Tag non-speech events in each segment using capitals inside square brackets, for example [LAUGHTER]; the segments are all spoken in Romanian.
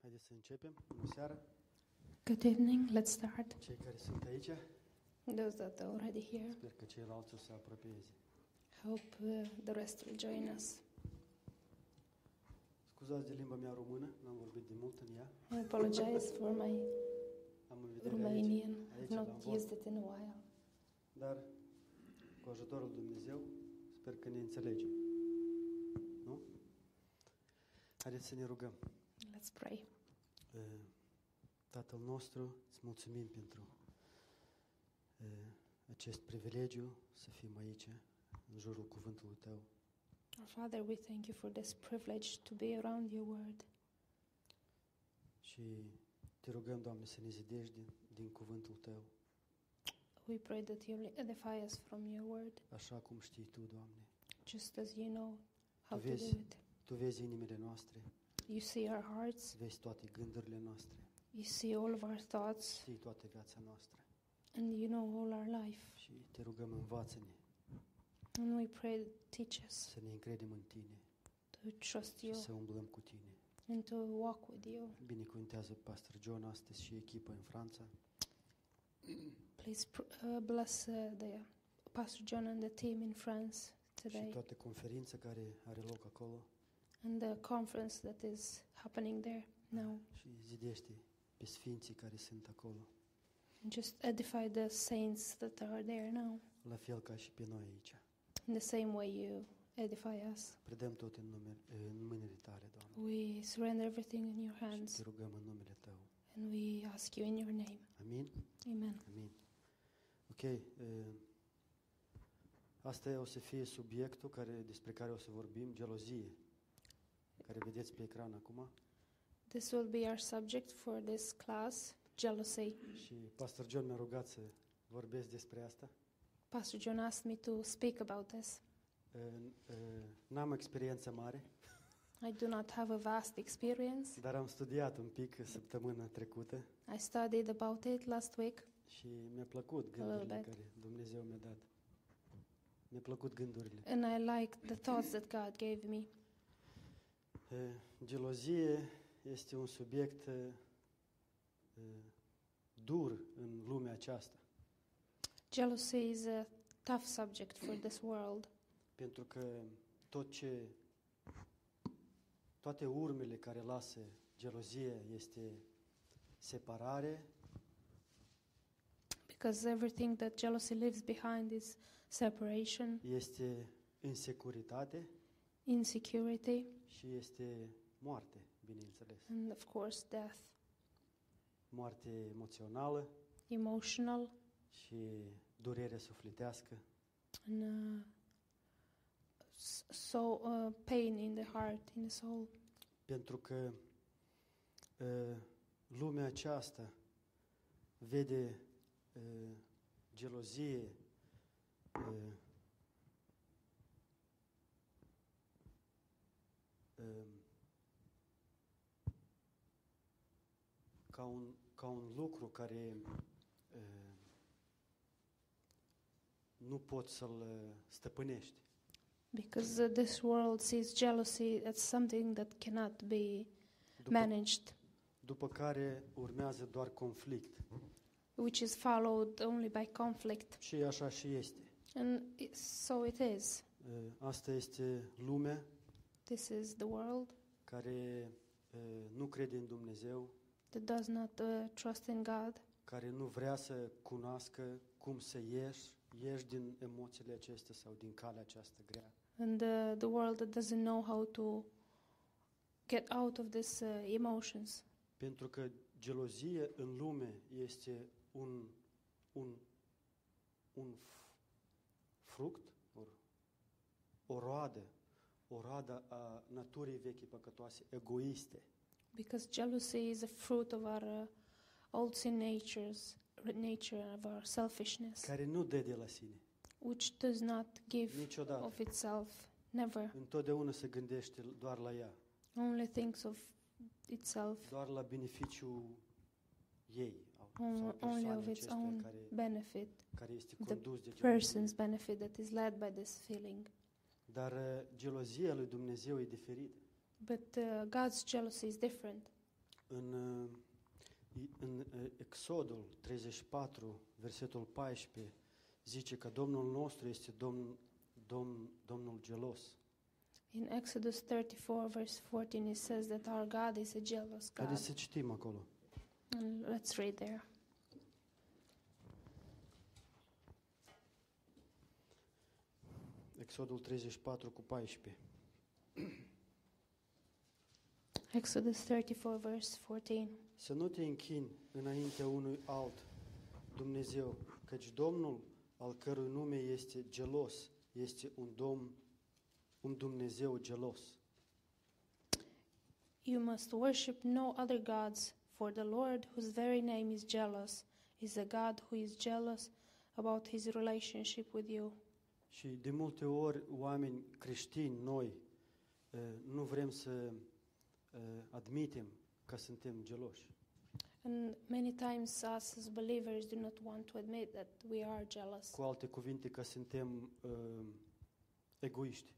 Haideți să începem. Bună seara, Good evening, let's start. cei care sunt aici. Those that are already here, Sper că ceilalți o să se apropieze. hope uh, the rest will join us. Scuzați de limba mea română, n-am vorbit de mult în ea. I apologize for my Am în vedere aici. Romanian, I've not used it in a while. Dar, cu ajutorul Dumnezeu, sper că ne înțelegem. Nu? Haideți să ne rugăm. Let's pray. E, Tatăl nostru, îți mulțumim pentru e, acest privilegiu să fim aici, în jurul cuvântului Tău. Our Father, we thank you for this privilege to be around your word. Și te rugăm, Doamne, să ne zidești din, din cuvântul Tău, We pray that you will edify us from your word, așa cum știi Tu, Doamne. just as you know how to Vezi. do it. Tu vezi inimile noastre, You see our hearts, vezi toate gândurile noastre, you see all of our thoughts, știi toată viața noastră. and you know all our life. Și te rugăm, învață-ne And we pray, teach us să ne încredem în Tine to trust și you să umblăm cu Tine. and to walk with you. Binecuvântează pastor John astăzi și echipa în Franța. Please pr- uh, bless uh, the Pastor John and the team in France și today toată conferința care are loc acolo and the conference that is happening there now. și zidește pe sfinții care sunt acolo, And just edify the saints that are there now la fel ca și pe noi aici. in the same way you edify us. Predăm tot în, nume, în mâinile tale, Doamne, We surrender everything in your și hands te rugăm în numele Tău. and we ask you in your name. Amin? Amen. Amin. Ok, eh, asta o să fie subiectul care, despre care o să vorbim, gelozie, care vedeți pe ecran acum. This will be our subject for this class jealousy. Și pastor John mi-a rugat să vorbesc despre asta. Pastor John asked me to speak about this. Eh, eh, N-am experiență mare, I do not have a vast experience. dar am studiat un pic săptămâna trecută I studied about it last week. și mi-a plăcut Hello, gândurile Dad. care Dumnezeu mi-a dat. Mi-a plăcut gândurile. And I like the thoughts that God gave me. E, Gelozie este un subiect e, e, dur în lumea aceasta, Jealousy is a tough subject for this world pentru că tot ce toate urmele care lasă gelozie este separare, because everything that jealousy leaves behind is separation, este insecuritate insecurity, și este moarte, bineînțeles. and of course, death. Moarte emoțională Emotional și durere sufletească. and uh, s- so uh, pain in the heart, in the soul, Pentru că uh, lumea aceasta vede uh, gelozie uh, uh, ca un, ca un lucru care uh, nu poți să-l uh, stăpânești. because uh, this world sees jealousy as something that cannot be După, managed, după care urmează doar conflict. which is followed only by conflict, Și așa și este. and it, so it is. Uh, Asta este lumea This is the world care uh, nu crede în Dumnezeu, that does not uh, trust in God, care nu vrea să cunoască cum să ieși, ieși din emoțiile acestea sau din calea aceasta grea. and uh, the world that doesn't know how to get out of these uh, emotions. Pentru că gelozie în lume este un, un, un f- fruct, or, o roadă, o roadă a naturii vechi păcătoase, egoiste. Because jealousy is a fruit of our uh, old sin natures, nature of our selfishness, care nu dă de la sine, which does not give niciodată. of itself, never, Întotdeauna se gândește doar la ea, only thinks of itself, doar la beneficiul ei au- sau on, only persoanei of its acesteia own care, benefit, care este the condus de gelozie. person's benefit that is led by this feeling. Dar uh, gelozia lui Dumnezeu e diferită. But uh, God's jealousy is different. În În, uh, i- în uh, Exodul 34, versetul 14, zice că Domnul nostru este Domn, Domn, Domnul gelos, In Exodus 34, verse 14, it says that our God is a jealous God. Haideți să citim acolo. And let's read there. Exodul 34 cu 14. Exodus 34, verse 14. Să nu te închini înaintea unui alt Dumnezeu, căci Domnul, al cărui nume este gelos, este un Domn, un Dumnezeu gelos. You must worship no other gods, for the Lord, whose very name is jealous, is a God who is jealous about his relationship with you. Și de multe ori oameni creștini, noi, eh, nu vrem să eh, admitem că suntem geloși. And many times, us as believers do not want to admit that we are jealous, Cu alte cuvinte, că suntem eh, egoiști.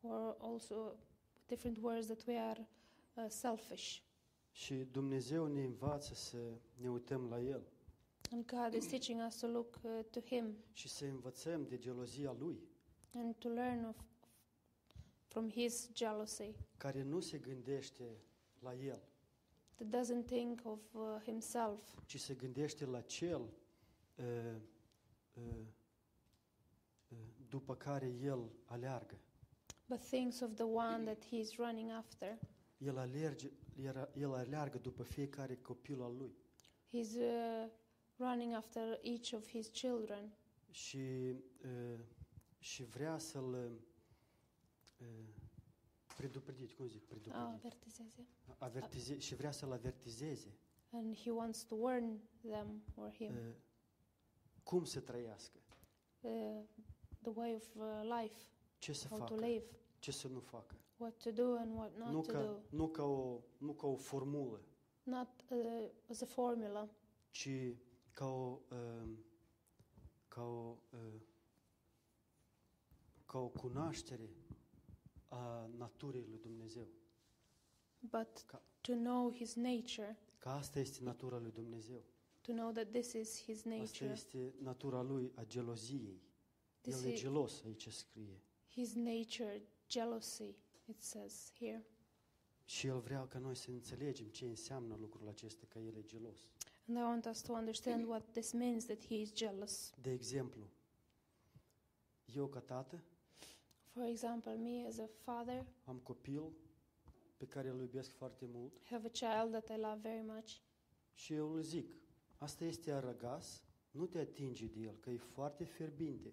or also different words that we are uh, selfish. Și Dumnezeu ne învață să ne uităm la El And God is teaching us to look uh, to Him și să învățăm de gelozia Lui. and to learn of, from His jealousy care nu se gândește la el, that doesn't think of uh, Himself, ci se gândește la cel uh, uh, uh, după care el aleargă. but thinks of the one that He is running after. El, alerge, el, el aleargă după fiecare copil al lui. He's uh, running after each of his children, Și, uh, și vrea să-l ă, uh, predupredici, cum zic, Ah, predupredici, vertizează. avertize, și vrea să-l avertizeze and he wants to warn them or him uh, cum să trăiască, uh, the way of uh, life, ce să how to facă, live, ce să nu facă. what to do and what not Nu to ca, do, nu, ca o, nu ca o formulă, not uh, as a formula, ci ca o, um, ca o, uh, ca o cunoaștere a naturii lui Dumnezeu. but Ca- to know his nature, Că asta este natura lui Dumnezeu. to know that this is his Asta nature. este natura lui a geloziei. This El Deci e is gelos, aici scrie. his nature, jealousy, it says here. Și el vrea ca noi să înțelegem ce înseamnă lucrul acesta, că el e gelos. And I want us to understand what this means that he is jealous. De exemplu, eu ca tată For example, me as a father, am copil pe care îl iubesc foarte mult have a child that I love very much, Și eu îl zic, asta este arăgas, nu te atinge de el, că e foarte fierbinte.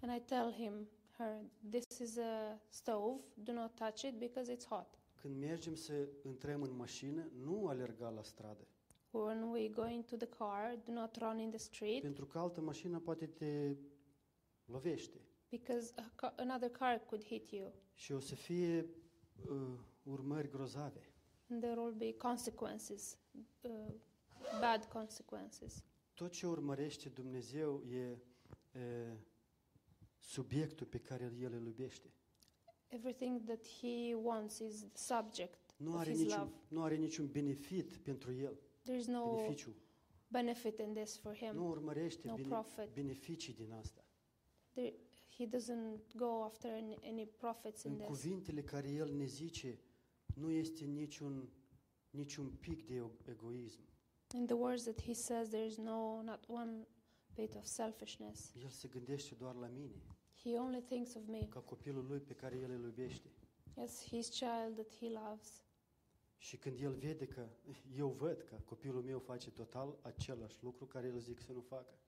and I tell him, her, this is a stove, do not touch it because it's hot. Când mergem să intrăm în mașină, nu alerga la stradă, When we go into the car, do not run in the street pentru că altă mașină poate te lovește because a ca- another car could hit you, și o să fie uh, urmări grozave. and there will be consequences, uh, bad consequences. Tot ce urmărește Dumnezeu e uh, subiectul pe care El îl iubește. Everything that he wants is the subject Nu of are, his love. niciun, nu are niciun benefit pentru El, There is no beneficiu. benefit in this for him. Nu urmărește no bene, profit. beneficii din asta. There, he doesn't go after any, any profits in În this. cuvintele care El ne zice, nu este niciun, niciun pic de eu- egoism. In the words that he says, there is no, not one bit of selfishness. El se gândește doar la mine, He only thinks of me ca copilul lui pe care El îl iubește. as his child that he loves. Și când El vede că, [LAUGHS] eu văd că copilul meu face total același lucru care el zic să nu facă.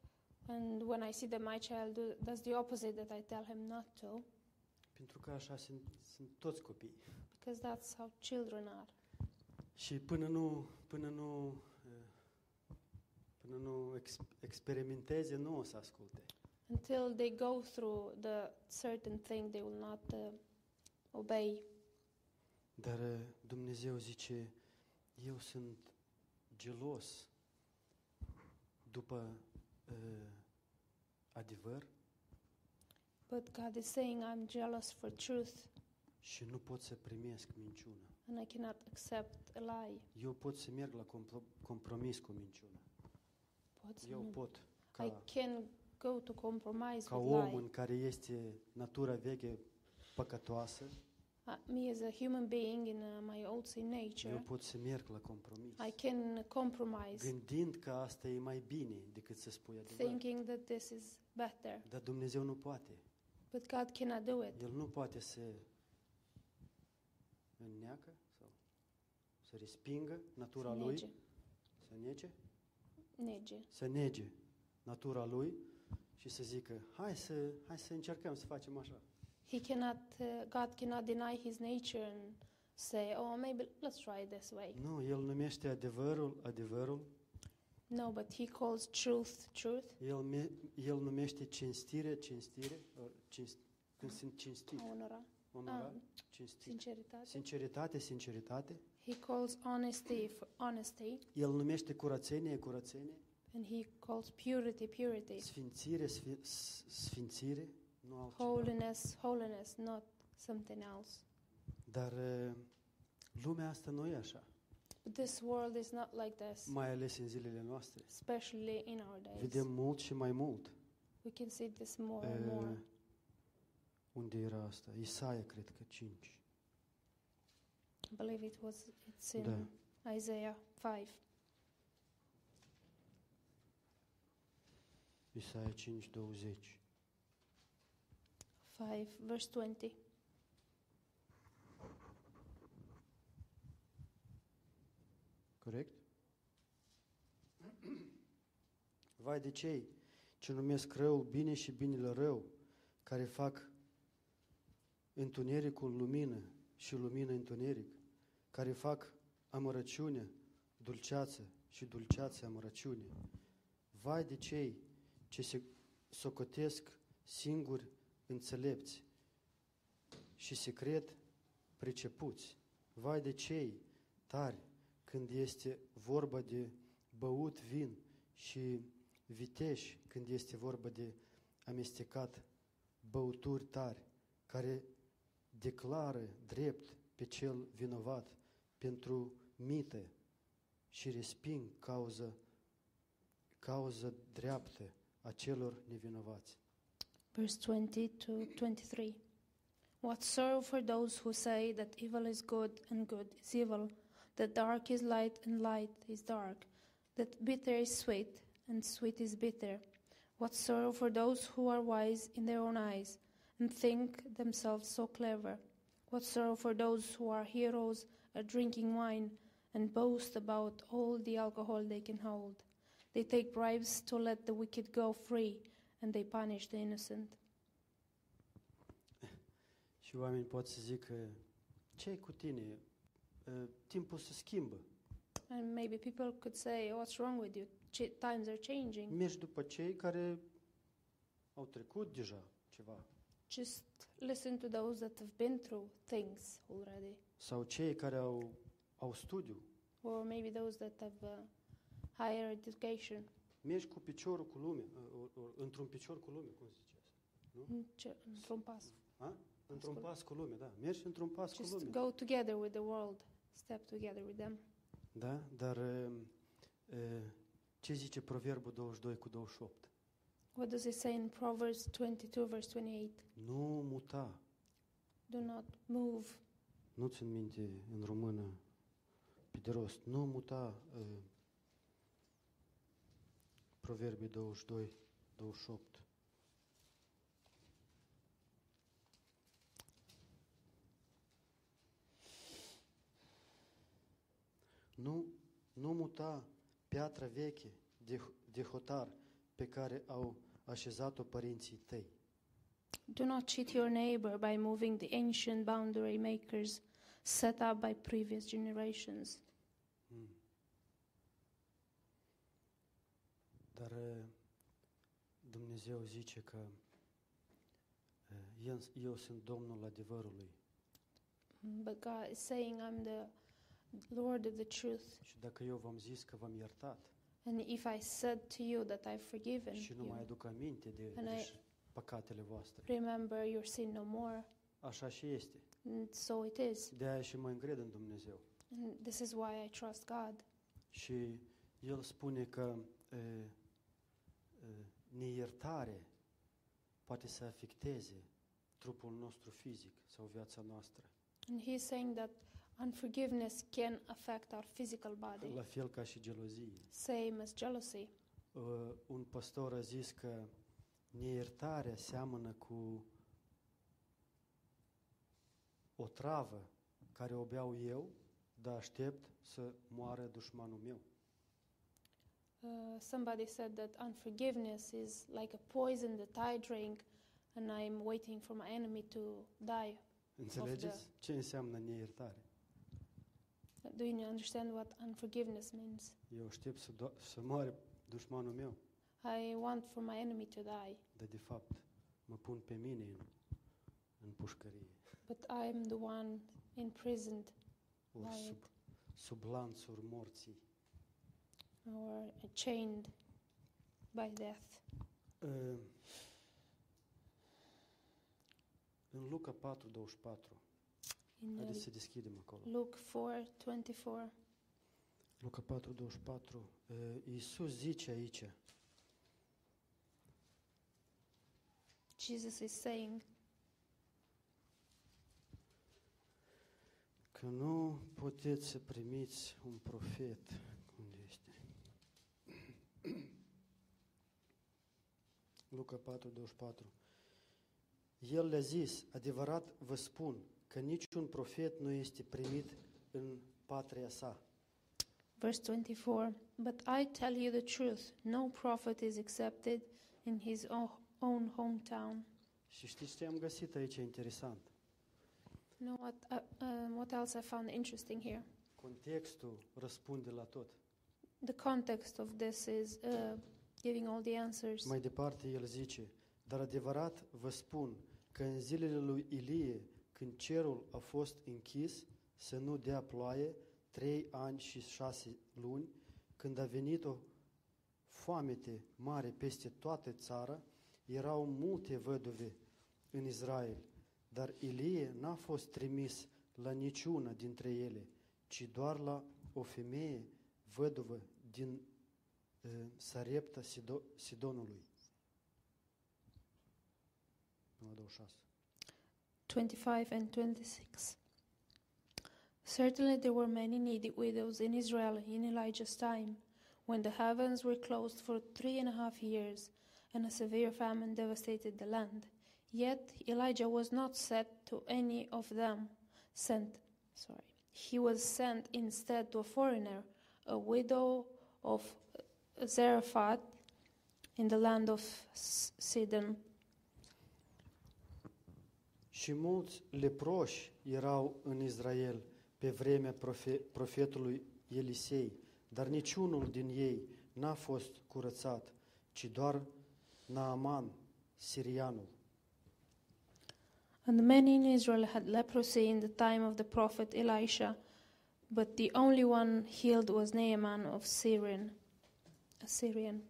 And when I see that my child do, does the opposite that I tell him not to, Pentru că așa sunt, sunt toți copiii. because that's how children are. Și până nu, până nu, eh, până nu ex, experimenteze, nu o să asculte. Until they go through the certain thing, they will not uh, obey. Dar uh, Dumnezeu zice, eu sunt gelos după uh, adevăr But God is saying, I'm jealous for truth și nu pot să primesc minciună. and I cannot accept a lie. Eu pot să merg la compro- compromis cu minciuna. Pot să Eu nu- pot, I ca, can go to compromise ca with om lie. în care este natura veche păcătoasă, Uh, me as a human being in uh, my old sin eu nature, pot să merg la compromis. I can compromise, Gândind că asta e mai bine decât să spui adevărul. thinking that this is better. Dar Dumnezeu nu poate. But God cannot do it. El nu poate să înneacă sau să respingă natura lui, Nege. să nege, Nege. să nege natura lui și să zică, hai să, hai să încercăm să facem așa. He cannot. Uh, God cannot deny His nature and say, "Oh, maybe let's try it this way." Nu, el numește adevărul adevărul, No, but He calls truth truth. el, me, el numește cinstire, cinstire, or, cinst, când sunt cinstit, Honora. onorat, Ah, cinstit. Sinceritate. Sinceritate, sinceritate. He calls honesty for honesty, El numește curățenie, curățenie. and He calls purity purity. Sfințire, sfi- s- sfințire, nu altceva. Holiness holiness, not something else. Dar eh, lumea asta nu e așa, But this world is not like this, mai ales în zilele noastre. especially in our days. Vedem mult și mai mult. We can see this more and Eh, more. Unde era asta? Isaia, cred că 5. I believe it was it's in Da. Isaiah five. Isaia 5, 20. 5 verse 20 Corect? Vai de cei ce numesc răul bine și binele rău, care fac întunericul lumină și lumină întuneric, care fac amărăciune, dulceață și dulceață amărăciune. Vai de cei ce se socotesc singuri înțelepți și secret pricepuți. Vai de cei tari când este vorba de băut vin și viteși când este vorba de amestecat băuturi tari, care declară drept pe cel vinovat pentru mită și resping cauza, cauza dreaptă a celor nevinovați. verse 20 to 23 what sorrow for those who say that evil is good and good is evil that dark is light and light is dark that bitter is sweet and sweet is bitter what sorrow for those who are wise in their own eyes and think themselves so clever what sorrow for those who are heroes are drinking wine and boast about all the alcohol they can hold They take bribes to let the wicked go free, and they punish the innocent. Și oamenii pot să zică, ce cu tine? Uh, Timpul se schimbă. And maybe people could say, What's wrong with you? Ch- times are changing. Mergi după cei care au trecut deja ceva. Just listen to those that have been through things already, Sau cei care au, au studiu. or maybe those that have uh, higher education. Mergi cu piciorul cu lumea, uh, or- or- într-un picior cu lumea, cum se zice asta? Ch- From past. Într-un pas cu lumea, da. Mergi într-un pas cu Just lumea. go together with the world, step together with them. Da? Dar uh, uh, ce zice Proverbul 22 cu 28? What does it say in Proverbs 22, verse 28? Nu muta. Do not move. Nu țin minte în română pe de rost. Nu muta uh, Proverbii 22, 28. Nu, nu muta piatra veche de, de hotar pe care au așezat-o părinții tăi. Do not cheat your neighbor by moving the ancient boundary makers set up by previous generations. Mm. Dar uh, Dumnezeu zice că uh, eu, eu sunt Domnul adevărului But God is saying, I'm the Lord of the truth. și dacă eu v-am zis că v-am iertat And if I said to you that I've forgiven și nu mai you, aduc aminte de, And de I- și- păcatele voastre, remember your sin no more, așa și este. And so it is. De aia și mă încred în Dumnezeu. And this is why I trust God. Și el spune că e, e, neiertare poate să afecteze trupul nostru fizic sau viața noastră. And he's saying that unforgiveness can affect our physical body, La fel ca și gelozie. same as jealousy. Uh, un pastor a zis că neiertarea seamănă cu o travă care o beau eu, dar aștept să moară dușmanul meu. Uh, somebody said that unforgiveness is like a poison that I drink and I'm waiting for my enemy to die. Înțelegeți ce înseamnă neiertare? Uh, Do you understand what unforgiveness means? Eu aștept să, do- să moară dușmanul meu, I want for my enemy to die, dar de fapt mă pun pe mine în, în pușcărie, but I'm the one imprisoned ori Right. sub, sub lanțuri morții. or chained by death. Uh, În Luca 4, 24. In uh, Haideți să deschidem acolo. Luke 4 24. Luca 4, 24. Uh, Iisus zice aici, Jesus is saying că nu puteți să primiți un profet. Unde este? [CLEARS THROAT] Luca 4, 24. El le-a zis, adevărat vă spun, că niciun profet nu este primit în patria sa. Verse 24 But I tell you the truth, no prophet is accepted in his o- own hometown. Și știți ce am găsit aici interesant? You know what, uh, um, what else I found interesting here? Contextul răspunde la tot. The context of this is uh, giving all the answers. Mai departe el zice, dar adevărat vă spun că în zilele lui Ilie, când cerul a fost închis, să nu dea ploaie, trei ani și șase luni, când a venit o foamete mare peste toată țara, erau multe văduve în Israel, dar Ilie n-a fost trimis la niciuna dintre ele, ci doar la o femeie văduvă din eh, Sarepta Sido- Sidonului. Numai 26. 25 and 26. Certainly there were many needy widows in Israel in Elijah's time, when the heavens were closed for three and a half years, and a severe famine devastated the land. Yet Elijah was not sent to any of them. Sent, sorry, he was sent instead to a foreigner, a widow of uh, Zarephath, in the land of S- Sidon. Și mulți leproși erau în Israel pe vremea profe- profetului Elisei, dar niciunul din ei n-a fost curățat, ci doar Naaman, sirianul. And many in Israel had leprosy in the time of the prophet Elisha, but the only one healed was Naaman of Syrian. Assyrian.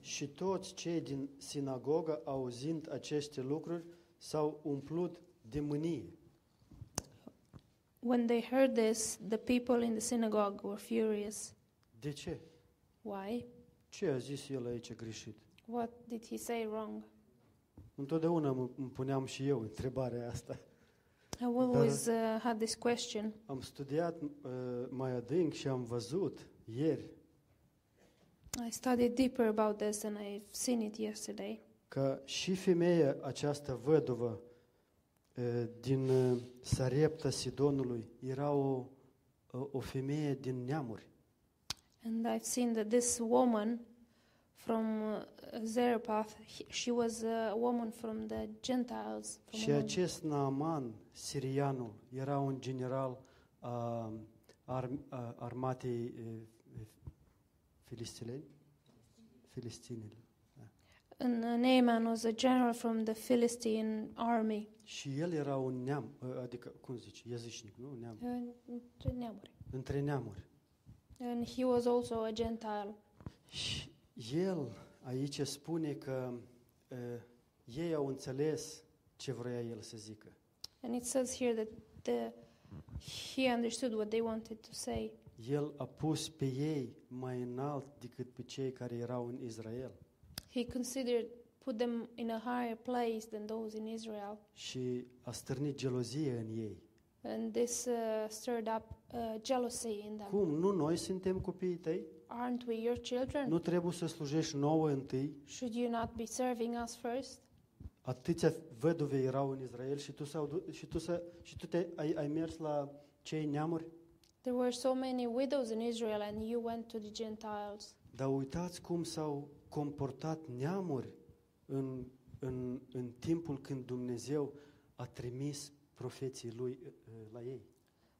Și toți cei din sinagogă, auzind aceste lucruri, s-au umplut de mânie. When they heard this, the people in the synagogue were furious. De ce? Why? Ce a zis el aici greșit? What did he say wrong? Întotdeauna mă- îmi puneam și eu întrebarea asta. I always uh, had this question. Am studiat uh, mai adânc și am văzut ieri I studied deeper about this and I've seen it yesterday. că și femeia această văduvă uh, din uh, Sarepta Sidonului era o, uh, o- o femeie din neamuri. And I've seen that this woman from uh, Zarephath, he- she was a woman from the Gentiles. From Și among acest Naaman, sirianul, era un general a arm- a armatei uh, filistineni. Filistinele. And uh, Naaman was a general from the Philistine army. Și el era un neam, uh, adică, cum zici, iezișnic, nu? Neam. Între neamuri. And he was also a Gentile. Și el aici ă, spune că uh, ei au înțeles ce vrea el să zică. And it says here that the, he understood what they wanted to say. El a pus pe ei mai înalt decât pe cei care erau în Israel. He considered put them in a higher place than those in Israel, și a stârnit gelozie în ei. and this uh, stirred up uh, jealousy in them. Cum? Nu noi suntem copiii tăi? Aren't we your children? Nu trebuie să slujești nouă întâi? Should you not be serving us first? Atâția văduve erau în Israel și tu, s-au, du- și tu, s-a, și tu te, ai, ai mers la cei neamuri? There were so many widows in Israel, and you went to the Gentiles. Dar uitați cum s-au comportat neamuri în, în, în timpul când Dumnezeu a trimis profeții lui uh, uh, la ei.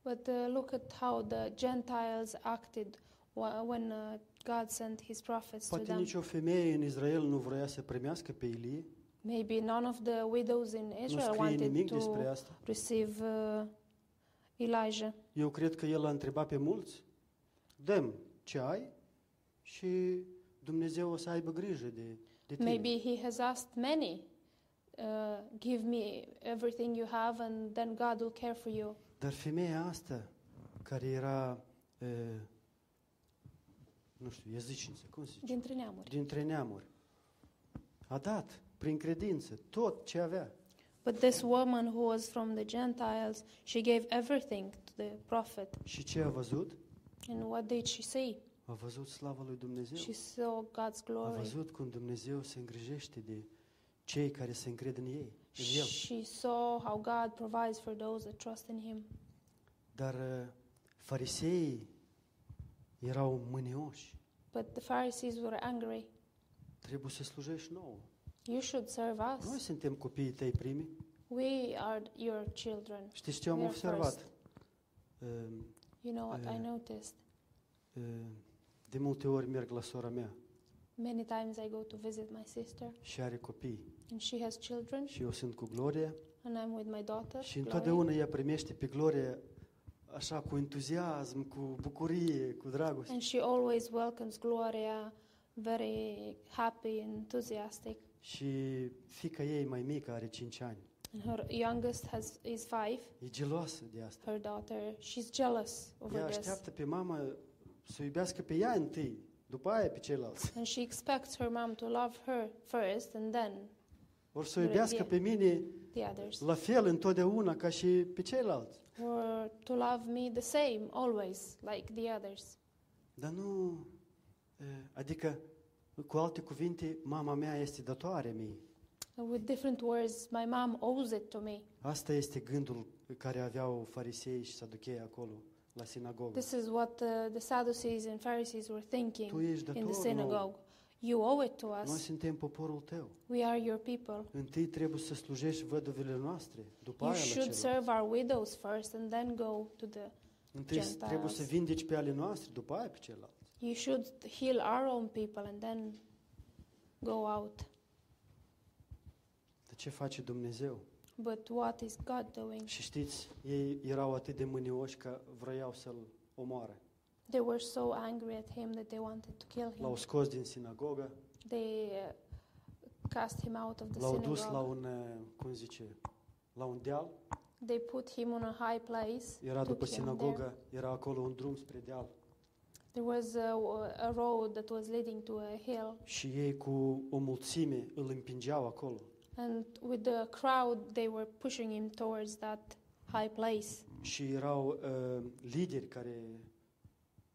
But uh, look at how the Gentiles acted wh- when uh, God sent his prophets to Poate them. nicio femeie în Israel nu vrea să primească pe Ilie. Maybe none of the widows in Nu Israel scrie wanted nimic despre to asta. receive uh, Elijah. Eu cred că el a întrebat pe mulți, dăm ce ai și Dumnezeu o să aibă grijă de, de tine. Maybe he has asked many, uh, give me everything you have, and then God will care for you. Dar femeia asta, care era, e, nu știu, iezicință, cum se zice, Dintre neamuri. dintre neamuri, a dat prin credință tot ce avea. But this woman who was from the Gentiles, she gave everything to the prophet. Și ce a văzut? And what did she see? A văzut slava lui Dumnezeu. She saw God's A glory. văzut cum Dumnezeu se îngrijește de cei care se încred în ei, în El. She saw how God provides for those that trust in Him. Dar uh, fariseii erau mânioși. But the Pharisees were angry. Trebuie să slujești nouă. You should serve Noi us. suntem copiii tăi primi. We are your children. Știți ce am We are observat? first. Uh, You know what I Uh, noticed? uh, De multe ori merg la sora mea Many times I go to visit my sister, și are copii. and she has children, Și eu sunt cu Gloria and I'm with my daughter. și Gloria. întotdeauna ea primește pe Gloria așa cu entuziasm, cu bucurie, cu dragoste. And she always welcomes Gloria, very happy and enthusiastic. Și fica ei mai mică are 5 ani. And her youngest has is five. E geloasă de asta. Her daughter, she's jealous Ea over this, așteaptă pe mama să o iubească pe ea întâi, după aia pe ceilalți. and she expects her mom to love her first and then Or să o iubească pe mine the others, la fel întotdeauna ca și pe ceilalți. or to love me the same always like the others. Dar nu, eh, adică, cu alte cuvinte, mama mea este datoare mie. And with different words, my mom owes it to me. Asta este gândul care aveau farisei și saduchei acolo, la sinagogă. This is what uh, the Sadducees and Pharisees were thinking Tu ești in the dator nou. synagogue. You owe it to Noi us. suntem poporul tău. We are your people. Întâi trebuie să slujești văduvele noastre, după You aia la should celor. serve our widows first and then go to the. Întâi Gentiles. trebuie să vindeci pe ale noastre, după aia pe celălalt. You should heal our own people and then go out. Dar ce face Dumnezeu? But what is God doing? Și știți, ei erau atât de mânioși că vroiau să-l omoare. They were so angry at him that they wanted to kill him. L-au scos din sinagogă, They uh, cast him out of the L-au dus la synagogue. un, eh, cum zice, la un deal, They put him on a high place. era took după him there. sinagogă, era acolo un drum spre deal. There was a, a road that was leading to a hill, Și ei cu o mulțime îl împingeau acolo. and with the crowd, they were pushing him towards that high place. Și erau uh, lideri care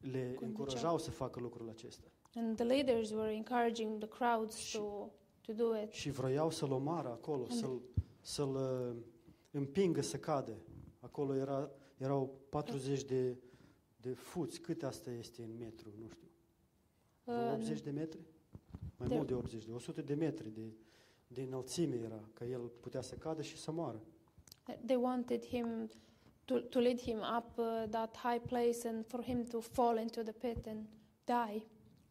le Conduceau. încurajau să facă lucrul acesta. And the leaders were encouraging the crowds Și- to, to do it. Și vroiau să-l omoară acolo, Unde? să-l, să-l uh, împingă să cadă. Acolo era, erau 40 de, de fuți. Cât asta este în metru? Nu știu. Vreo Um, 80 de metri? Mai de- mult de 80 de, 100 de metri de, de înălțime era, că el putea să cadă și să moară. They wanted him to, to lead him up uh, that high place and for him to fall into the pit and die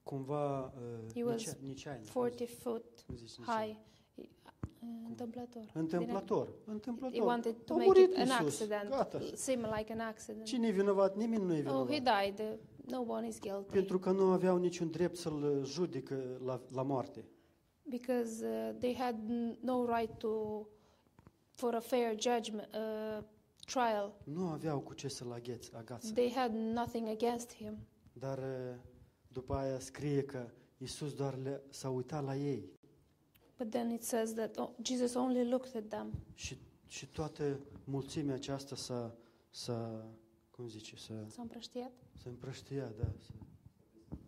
Cumva uh, He was nici- nicean, cum 40 foot zici, cum zici nicean. high. uh, Întâmplător. Întâmplător, He întâmplător. wanted A to make it murit an Iisus, accident, gata. seem like an accident. Cine e vinovat? Nimeni nu e Oh, he vinovat. died. Uh, No one is guilty. Pentru că nu aveau niciun drept să-l uh, judecă la, la moarte. Because uh, they had n- no right to for a fair judgment, uh, trial. Nu aveau cu ce să-l agheț, agață. They had nothing against him. Dar uh, după aia scrie că Iisus doar le, s-a uitat la ei But then it says that oh, Jesus only looked at them, și, și toată mulțimea aceasta s-a, s-a cum zice, s-a, s-a împrăștiat. s-a împrăștia, da, s-a,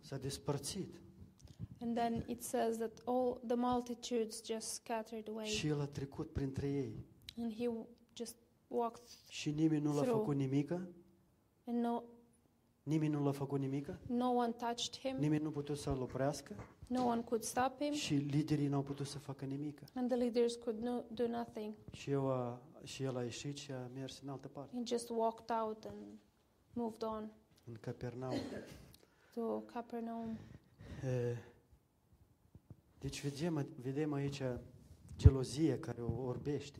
s-a despărțit. Păi- And then it says that all the multitudes just scattered away, Și El a trecut printre ei. and he w- just walked, Și nimeni nu l-a Through. făcut nimică, and no, nimeni nu l-a făcut nimică, no one touched him, nimeni nu a putut să-l oprească no one could stop him, și liderii n-au putut să facă nimică. and the leaders could no, do nothing. Și, eu a, și el a ieșit și a mers în altă parte, He just walked out and moved on în Capernaum. to Capernaum. E, Deci vedem, vedem aici gelozie care o orbește,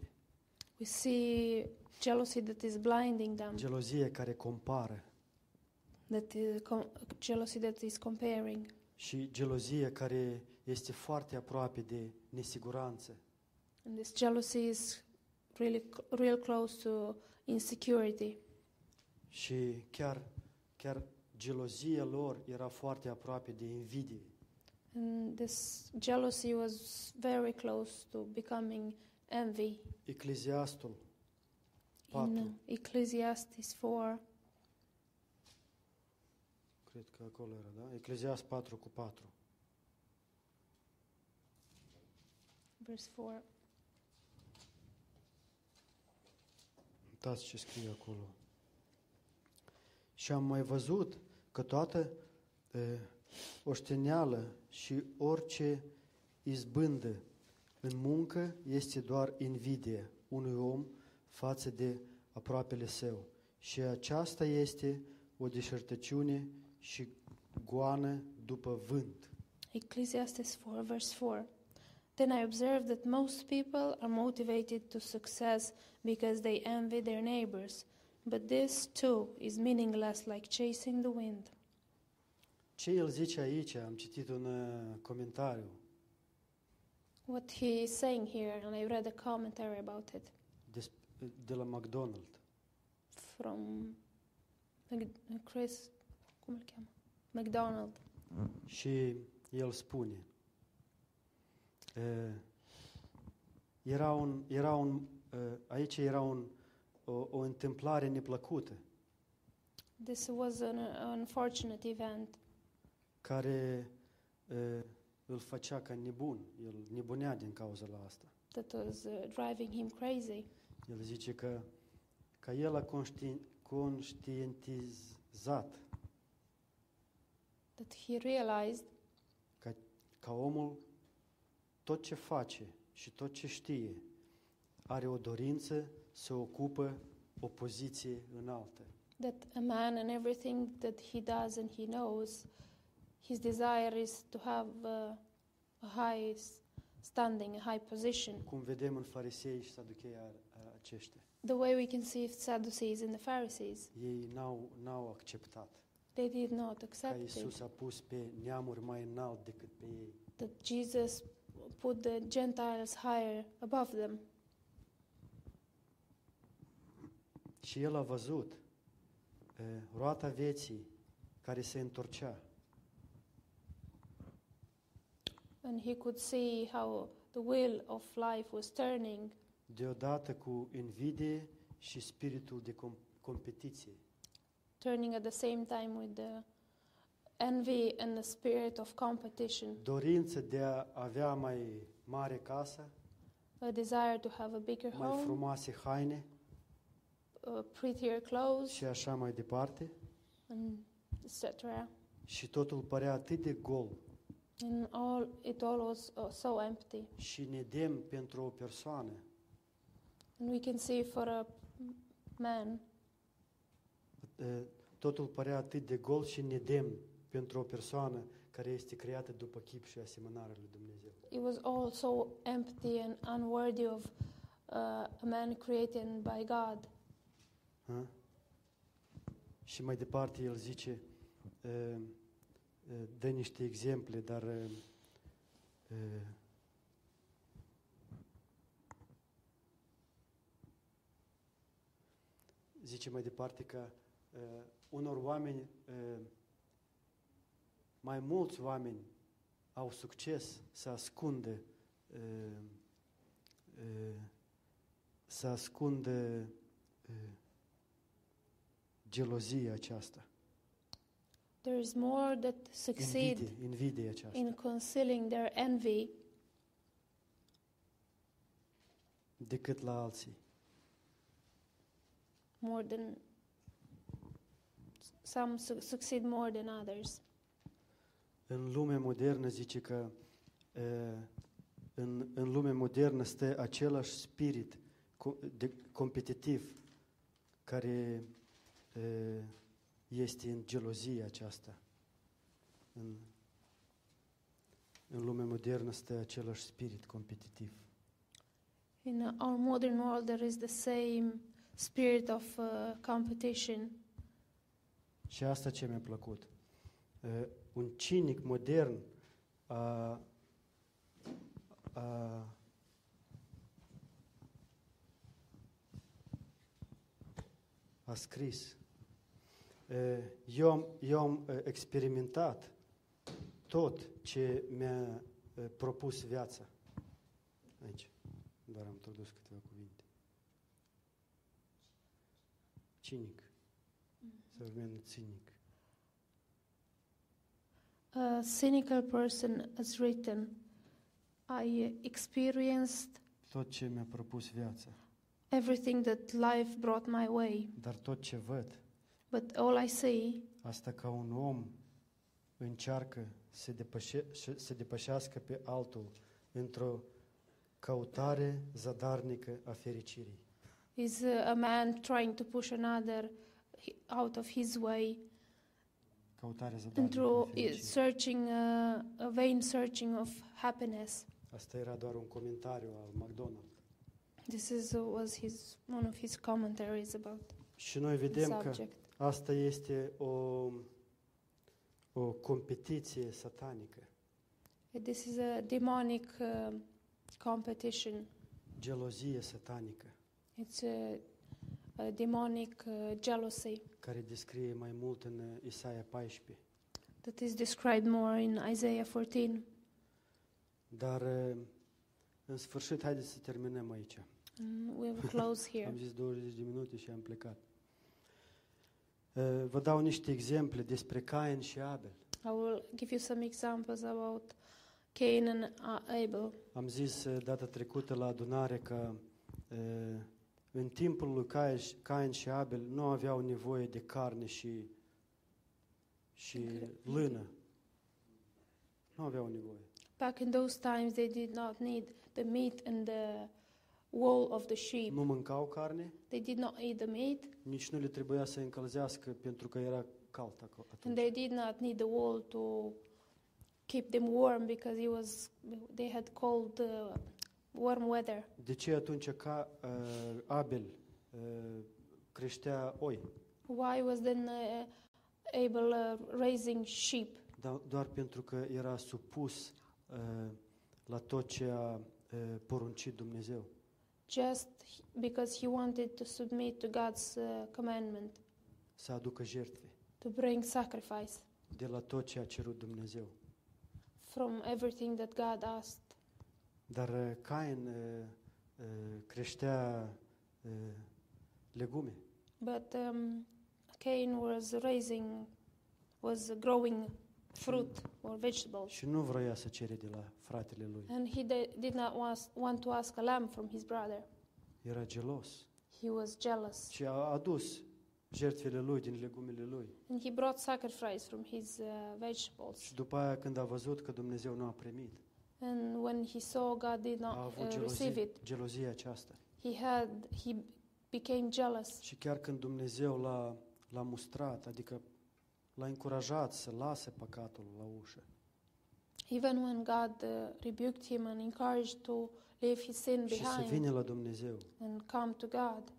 We see jealousy that is blinding them, gelozie care compară that is com- jealousy that is comparing, și gelozie care este foarte aproape de nesiguranță. and this jealousy is really c- real close to insecurity. Și chiar, chiar gelozia lor era foarte aproape de invidie. And this jealousy was very close to becoming envy. Ecleziastul In Patru. uh, Ecclesiastes 4, Cred că acolo era, da? Ecleziast 4 cu 4. verse 4. Uitați ce scrie acolo. Și am mai văzut că toată e, oșteneală și orice izbândă în muncă este doar invidie unui om față de aproapele său. Și aceasta este o deșertăciune și goană după vânt. Ecclesiastes 4, verse 4. Then I observed that most people are motivated to success because they envy their neighbors. But this too is meaningless, like chasing the wind. Ce el zice aici, am citit un uh, comentariu, What he is saying here, and I read a commentary about it des- de la McDonald. from Mc- Chris cum îl cheamă? McDonald. Și el spune, eh, era un, era un, eh, aici era un, o, o întâmplare neplăcută This was an uh, unfortunate event care eh, îl făcea ca nebun, el nebunea din cauza la asta. that was uh, driving him crazy. El zice că, că el a conștien, conștientizat That he realized ca omul tot ce face și tot ce știe are o dorință să ocupă o poziție înaltă. that a man and everything that he does and he knows, his desire is to have uh, a high s- standing, a high position. cum vedem în farisei și saduchei a, a aceștia. The way we can see it Sadducees and the Pharisees, Ei n-au, n-au acceptat they did not că accept it. Iisus a pus pe neamuri mai înalt decât pe ei. That Jesus put the Gentiles higher above them. Și el a văzut uh, roata vieții care se întorcea And he could see how the wheel of life was turning deodată cu invidie și spiritul de com- competiție. turning at the same time with the envy and the spirit of competition, Dorință de a avea mai mare casă, a desire to have a bigger mai home, frumoase haine uh, prettier clothes, și așa mai departe. and etc. Și totul părea atât de gol And all it all was uh, so empty, și nedemn pentru o persoană and we can see for a man Uh, totul părea atât de gol și nedemn pentru o persoană care este creată după chip și asemănarea lui Dumnezeu. it was all so empty and unworthy of uh, a man created by God. Hă? Și mai departe el zice, uh, uh, dă niște exemple, dar uh, uh, zice mai departe că uh, unor oameni, uh, mai mulți oameni au succes să ascundă uh, uh, să ascundă uh, gelozia aceasta, There is more that succeed invidie, invidie aceasta. in concealing their envy decât la alții. more than some su- succeed more than others. În lumea modernă zice că eh, în, în lumea modernă stă același spirit co- de, competitiv care eh, este în gelozia aceasta. În, în lumea modernă stă același spirit competitiv. In uh, our modern world, there is the same spirit of uh, competition. Și asta ce mi-a plăcut. Uh, un cinic modern a, a, a scris. Uh, eu, am- eu am uh, experimentat tot ce mi-a uh, propus viața. Aici. Doar am tradus câteva cuvinte. Cinic. Să rămână cinic. A cynical person has written, I experienced tot ce mi-a propus viața, everything that life brought my way, dar tot ce văd, but all I see asta ca un om încearcă să, depășe, să depășească pe altul într-o căutare zadarnică a fericirii. is uh, a man trying to push another he- out of his way Căutare zadarnică a into i- fericirii. searching, uh, a vain searching of happiness. Asta era doar un comentariu al McDonald. This is uh, was his one of his commentaries about Și noi the vedem că subject. asta este o, o competiție satanică. Uh, This is a demonic uh, competition. Gelozie satanică, It's a, a demonic uh, jealousy care descrie mai mult în uh, Isaia 14. that is described more in Isaiah 14. Dar eh, în sfârșit, haideți să terminăm aici. Mm, we will close here. Am zis 20 de minute și am plecat. Eh, Vă dau niște exemple despre Cain și Abel. I will give you some examples about Cain and uh, Abel. Am zis eh, data trecută la adunare că eh, în timpul lui Cain și- Cain și Abel nu aveau nevoie de carne și, și lână. Nu aveau nevoie. Back in those times, they did not need the meat and the wool of the sheep. Nu mâncau carne, They did not eat the meat nici nu le trebuia să încălzească pentru că era cald aco- and atunci. they did not need the wool to keep them warm because it was they had cold, uh, warm weather. De ce atunci ca uh, Abel uh, creștea oi? Why was then uh, Abel uh, raising sheep? Da- Doar pentru că era supus uh, la tot ce a uh, poruncit Dumnezeu. Just he- because he wanted to submit to God's uh, commandment Să aducă jertfe to bring sacrifice de la tot ce a cerut Dumnezeu. from everything that God asked. Dar uh, Cain uh, uh, creștea uh, legume. But um, Cain was raising, was growing fruit or vegetables, Și nu vroia să cere de la fratele lui. and he de- did not was- want to ask a lamb from his brother. Era gelos. He was jealous, Și a adus jertfele lui din legumele lui. and he brought sacrifice from his uh, vegetables. Și după aia când a văzut că Dumnezeu nu a primit, And when he saw God did a not avut uh, receive gelozie, it, gelozia aceasta. he had he became jealous. Și chiar când Dumnezeu l-a, l-a mustrat, adică l-a încurajat să lase păcatul la ușă, Even when God uh, rebuked him and encouraged to leave his sin și să behind vină la Dumnezeu and come to God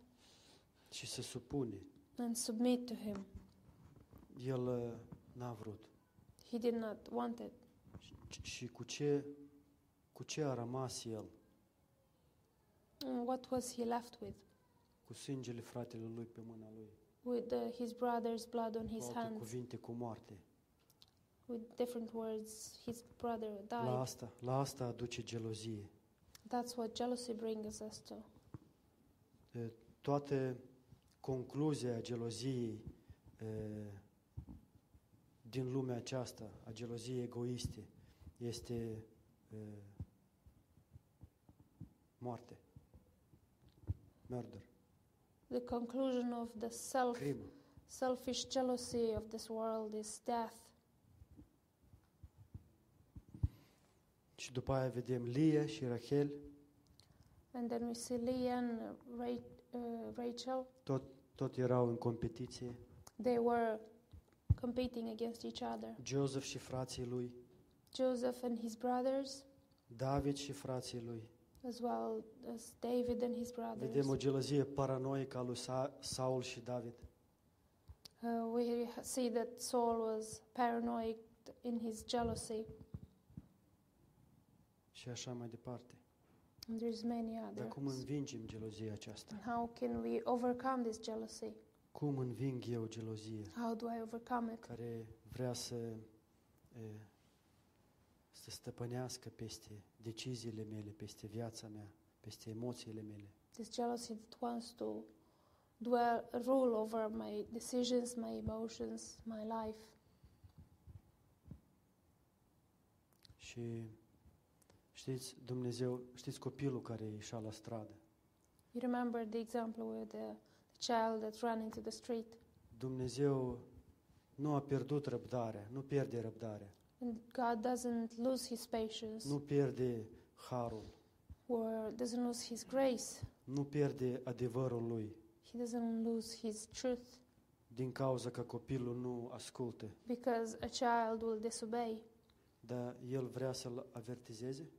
și se supune, and submit to Him, el uh, n-a vrut. he did not want it. Și, și cu, ce, cu ce a rămas el? And What was he left with? Cu cu sângele fratelui lui pe mâna lui, with uh, his brother's blood on his cu alte hands, cuvinte, cu moarte. with different words, his brother La died. asta, la asta aduce gelozie. That's what jealousy brings us to. Toată concluzia geloziei eh, din lumea aceasta, a geloziei egoiste, este eh, moarte, murder, The conclusion of the self crimă. selfish jealousy of this world is death. Și după aia vedem Lia și Rachel, And then we see Leah and Ra- uh, Rachel. tot erau în competiție. They were competing against each other. Joseph și frații lui, Joseph and his brothers, David și frații lui. as well as David and his brothers. Vedem o gelozie paranoică a lui Sa- Saul și David. Uh, we see that Saul was paranoid in his jealousy, și așa mai departe. and there's many Dar others. cum învingem gelozia aceasta? And how can we overcome this jealousy? Cum înving eu gelozia How do I overcome it? care vrea să e, să stăpânească peste deciziile mele, peste viața mea, peste emoțiile mele? This jealousy that wants to dwell, rule over my decisions, my emotions, my life. Și știți, Dumnezeu, știți copilul care ieșea la stradă? You remember the example with the, the child that ran into the street, Dumnezeu nu a pierdut răbdarea, nu pierde răbdarea, and God doesn't lose His patience nu pierde harul, or doesn't lose His grace. nu pierde adevărul lui He doesn't lose His truth din cauza că copilul nu ascultă. because a child will disobey. Dar el vrea să-l avertizeze,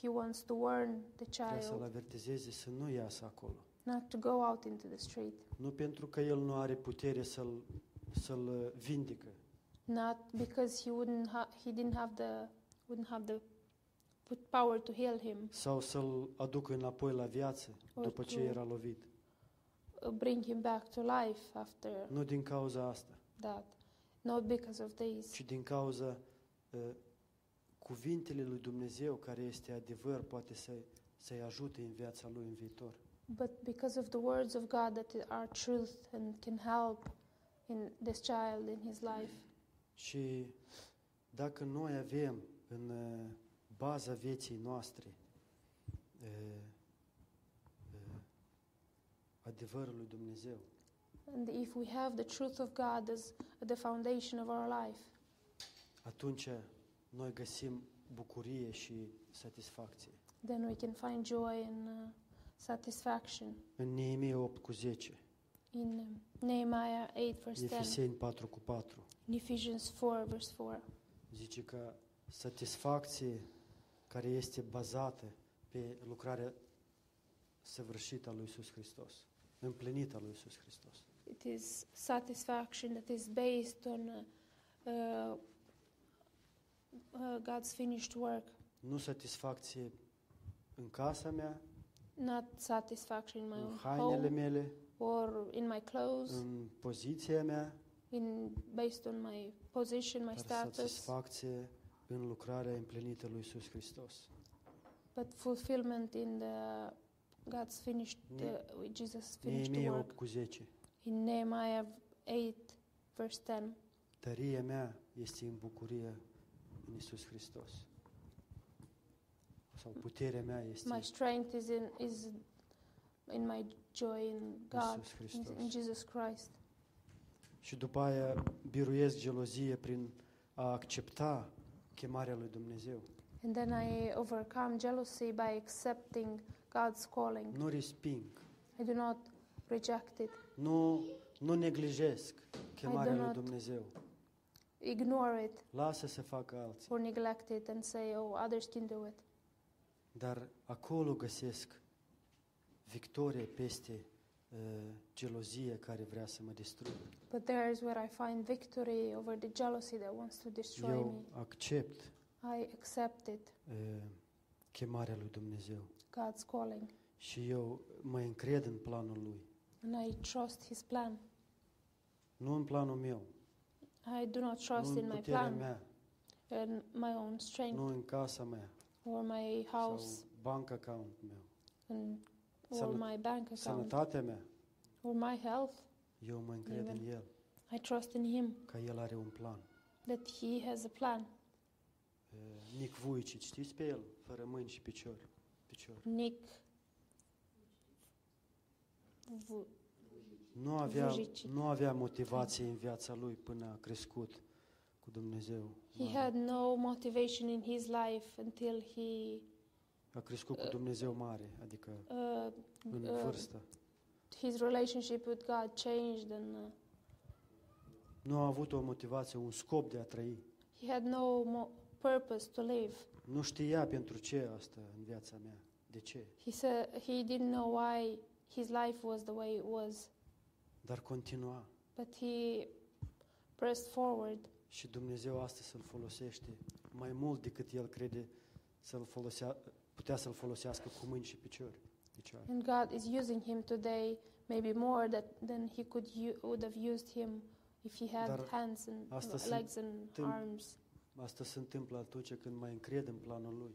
He wants to warn the vrea să-l child avertizeze să nu iasă acolo. not to go out into the street, Nu pentru că el nu are putere să-l, să-l uh, vindică, not because he wouldn't ha- he didn't have the wouldn't have the put power to heal him sau să-l aducă înapoi la viață după ce Oricum. era lovit. or uh, bring him back to life after Nu din cauza asta, that, not because of these, ci din cauza uh, cuvintele lui Dumnezeu care este adevăr, poate să, să-i ajute în viața lui în viitor. but because of the words of God that are truth and can help in this child in his life. Și dacă noi avem în uh, baza vieții noastre uh, uh, adevărul lui Dumnezeu, And if we have the truth of God as the foundation of our life, atunci noi găsim bucurie și satisfacție. then we can find joy and uh, satisfaction. În Neemia 8 cu 10, In um, Nehemiah 8, verse 10, Efeseni 4 cu 4, in Ephesians 4, verse 4, zice că satisfacție care este bazată pe lucrarea săvârșită a lui Iisus Hristos, împlinită a lui Iisus Hristos. it is satisfaction that is based on uh, uh, uh, God's finished work, nu satisfacție în casa mea, not satisfaction in my în own hainele home mele, or in my clothes, în poziția mea, in based on my position, my dar status, satisfacție în lucrarea împlinită lui Iisus Hristos. but fulfillment in the God's finished, uh, Ne- Jesus finished Neemia 8 work. cu 10. In Nehemiah 8, verse 10. Tăria mea este în bucurie în Iisus Hristos. Sau puterea mea este My în strength is in is in my joy in God, Iisus in, in Hristos. Jesus Christ. Și după aia biruiesc gelozie prin a accepta chemarea lui Dumnezeu. And then I overcome jealousy by accepting God's calling. Nu resping, I do not reject it, nu, nu neglijesc chemarea lui not- Dumnezeu. ignore it, Lasă să facă alții. or neglect it and say, "Oh, others can do it." Dar acolo găsesc victorie peste uh, gelozie care vrea să mă distrugă. But there is where I find victory over the jealousy that wants to destroy me. Eu accept I accept it, uh, chemarea lui Dumnezeu. God's calling. și eu mă încred în planul lui, and I trust His plan. nu în planul meu, I do not trust nu in în my puterea plan mea, and my own strength nu în casa mea or my house sau bank account meu, and or Sănă- my bank account sănătatea mea. or my health. Eu mă încred Amen. în El, I trust in Him că El are un plan. that He has a plan. E, Nic Vuicic, știți pe el? Fără mâini și picior. picior. Nick Vu- Nu avea, Vujicic. nu avea motivație în viața lui până a crescut cu Dumnezeu. He mare. had no motivation in his life until he A crescut cu Dumnezeu mare, adică uh, în uh, vârstă. his relationship with God changed and uh, Nu a avut o motivație, un scop de a trăi. he had no mo- purpose to live. Nu știa pentru ce asta în viața mea. De ce? He said he didn't know why his life was the way it was, Dar continua. but he pressed forward Și Dumnezeu astăzi îl folosește mai mult decât el crede să-l folosea, putea să-l folosească cu mâini și piciori. picioare. and God is using him today maybe more that, than he could u- would have used him if he had Dar hands and asta se legs and întâm- arms. Asta se întâmplă atunci când mai încred în planul lui.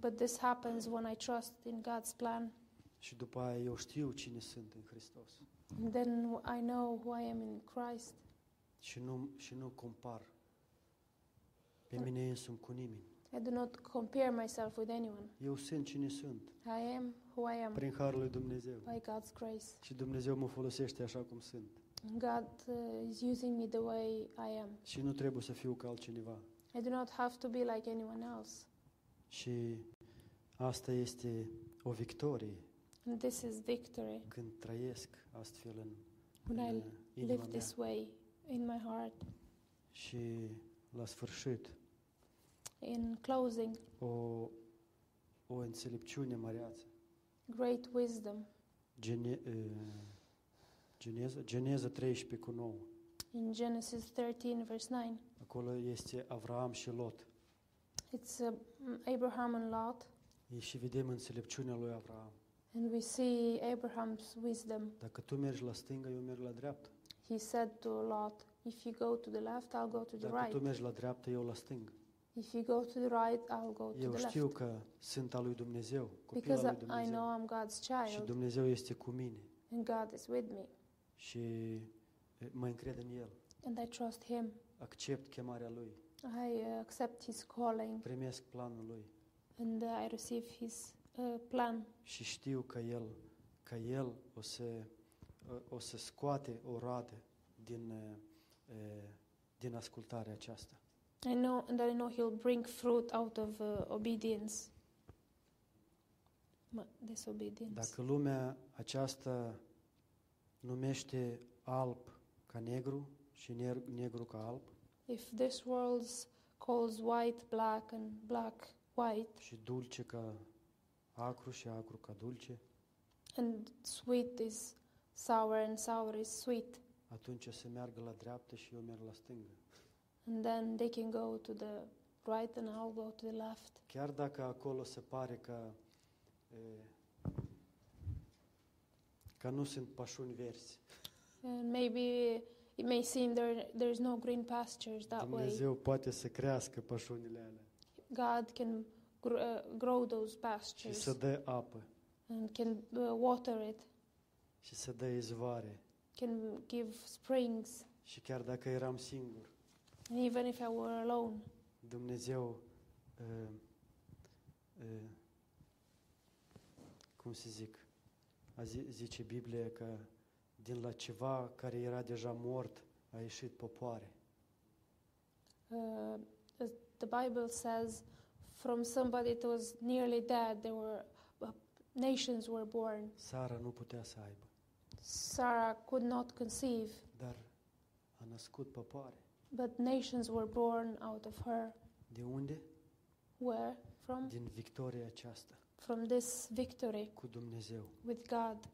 But this happens when I trust in God's plan. Și după aia eu știu cine sunt în Hristos. And then I know who I am in Christ. Și nu, și nu compar Da. pe mine însumi cu nimeni. I do not compare myself with anyone. Eu sunt cine sunt, I am who I am prin harul lui Dumnezeu. by God's grace. Și Dumnezeu mă folosește așa cum sunt. And God uh, is using me the way I am. Și nu trebuie să fiu ca altcineva. I do not have to be like anyone else. Și asta este o victorie And this is victory. când trăiesc astfel în, When în I uh, inima live mea. this way in my heart. Și la sfârșit, In closing, o, o înțelepciune măreață. great wisdom. Gene, eh, Geneza, Geneza 13 cu 9. In Genesis 13, verse 9, Acolo este Avram și Lot. it's uh, Abraham and Lot. E și vedem înțelepciunea lui Avram. And we see Abraham's wisdom. Dacă tu mergi la stânga, eu merg la dreapta. He said to Lot, If you go to the left, I'll go to the Dacă right. tu mergi la dreapta, eu la stânga. If you go to the right, I'll go to Eu the știu left. că sunt al lui Dumnezeu, copil al Because lui I know Dumnezeu. I'm God's Și child Dumnezeu este cu mine and God is with me. și eh, mă încred în El. And I trust Him. Accept chemarea Lui, I uh, accept His calling primesc planul Lui and uh, I receive His uh, plan. și știu că El, că El o să, o să scoate o radă din, eh, eh, din ascultarea aceasta. I know, and I know He'll bring fruit out of uh, obedience. Ma- Disobedience. Dacă lumea aceasta numește alb ca negru și ner- negru ca alb If this world calls white black and black white, și dulce ca acru și acru ca dulce, and sweet is sour and sour is sweet atunci o să meargă la dreapta și eu merg la stângă. and then they can go to the right and i'll go to the left Chiar dacă acolo se pare că e, că nu sunt pașuni verzi. and maybe it may seem there there's no green pastures that way Dumnezeu poate să crească pașunile alea god can gr- uh, grow those și pastures să dă apă and can uh, water it și să dă izvoare. can give springs Și chiar dacă eram singur, and even if i were alone Dumnezeu, uh, uh, cum să zic, a zi- zice Biblia că din la ceva care era deja mort a ieșit popoare. uh, as the bible says from somebody that was nearly dead there were uh, nations were born Sara nu putea să aibă, Sarah could not conceive, dar a născut popoare. but nations were born out of her. De unde? Where from? Din victoria aceasta From this victory cu Dumnezeu. with God.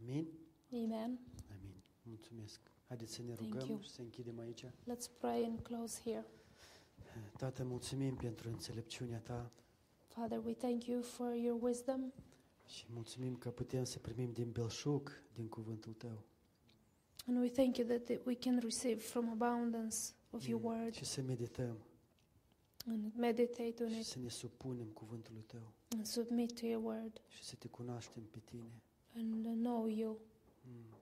Amin? Amen. Amin. Mulțumesc. Haideți să ne Thank rugăm you. și să închidem aici. Let's pray and close here. Tată, mulțumim pentru înțelepciunea Ta. Father, we thank you for your wisdom. Și mulțumim că putem să primim din belșug, din cuvântul Tău. And we thank you that we can receive from abundance of Mm, your word Și să medităm and meditate on și it să ne supunem cuvântului Tău and submit to your word și să Te cunoaștem pe Tine. and know you. Mm.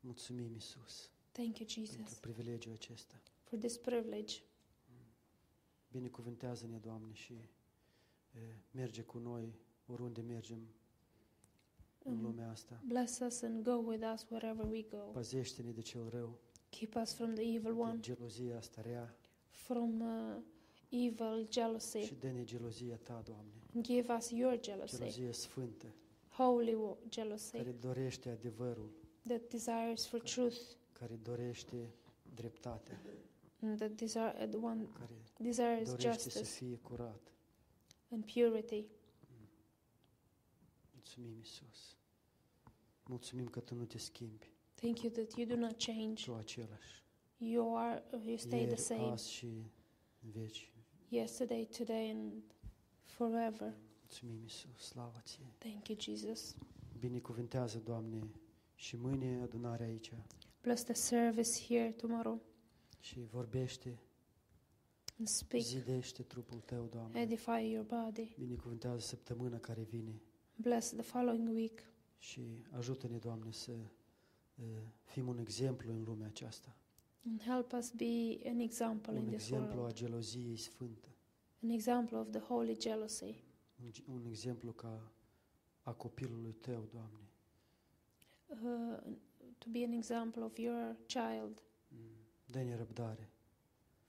Mulțumim, Iisus, Thank you, pentru Jesus, privilegiul acesta. for this privilege. Binecuvântează-ne, Doamne, și e, merge cu noi oriunde mergem în Amin. lumea asta. Bless us and go with us wherever we go. Păzește-ne de cel rău, Keep us from the evil de one, gelozia asta rea from uh, evil jealousy. și dă-ne gelozia Ta, Doamne. Give us your jealousy, Gelozie sfântă, holy wo- jealousy care dorește adevărul, that desires for truth, care dorește dreptatea, and that desire the one care desires dorește să justice fie curat. and purity. Mulțumim, Iisus. Mulțumim că Tu nu te schimbi, Thank you that you do not change. Tu același. You are you stay the Ieri, same azi și în veci. yesterday, today and forever. Mulțumim, Iisus, slavă Ție. Thank you, Jesus. Binecuvintează, Doamne, și mâine adunarea aici Bless the service here tomorrow și vorbește, and speak. zidește trupul Tău, Doamne. Edify your body. Binecuvintează săptămâna care vine Bless the following week și ajută-ne, Doamne, să uh, fim un exemplu în lumea aceasta. and help us be an example Un in this exemplu world. a geloziei sfântă. An example of the holy jealousy. Un, ge- un exemplu ca a copilului Tău, Doamne. Uh, to be an example of your child. Mm. Dă-ne răbdare,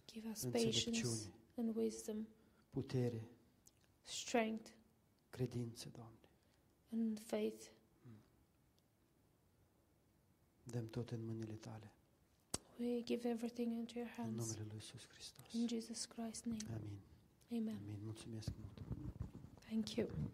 Give us patience înțelepciune, and wisdom, putere, strength credință, Doamne. and faith. Dăm tot în mâinile Tale. We give everything into your În hands. numele Lui Iisus Hristos. In Jesus Christ's name. Amin. Amen. Amin. Mulțumesc mult. Thank you.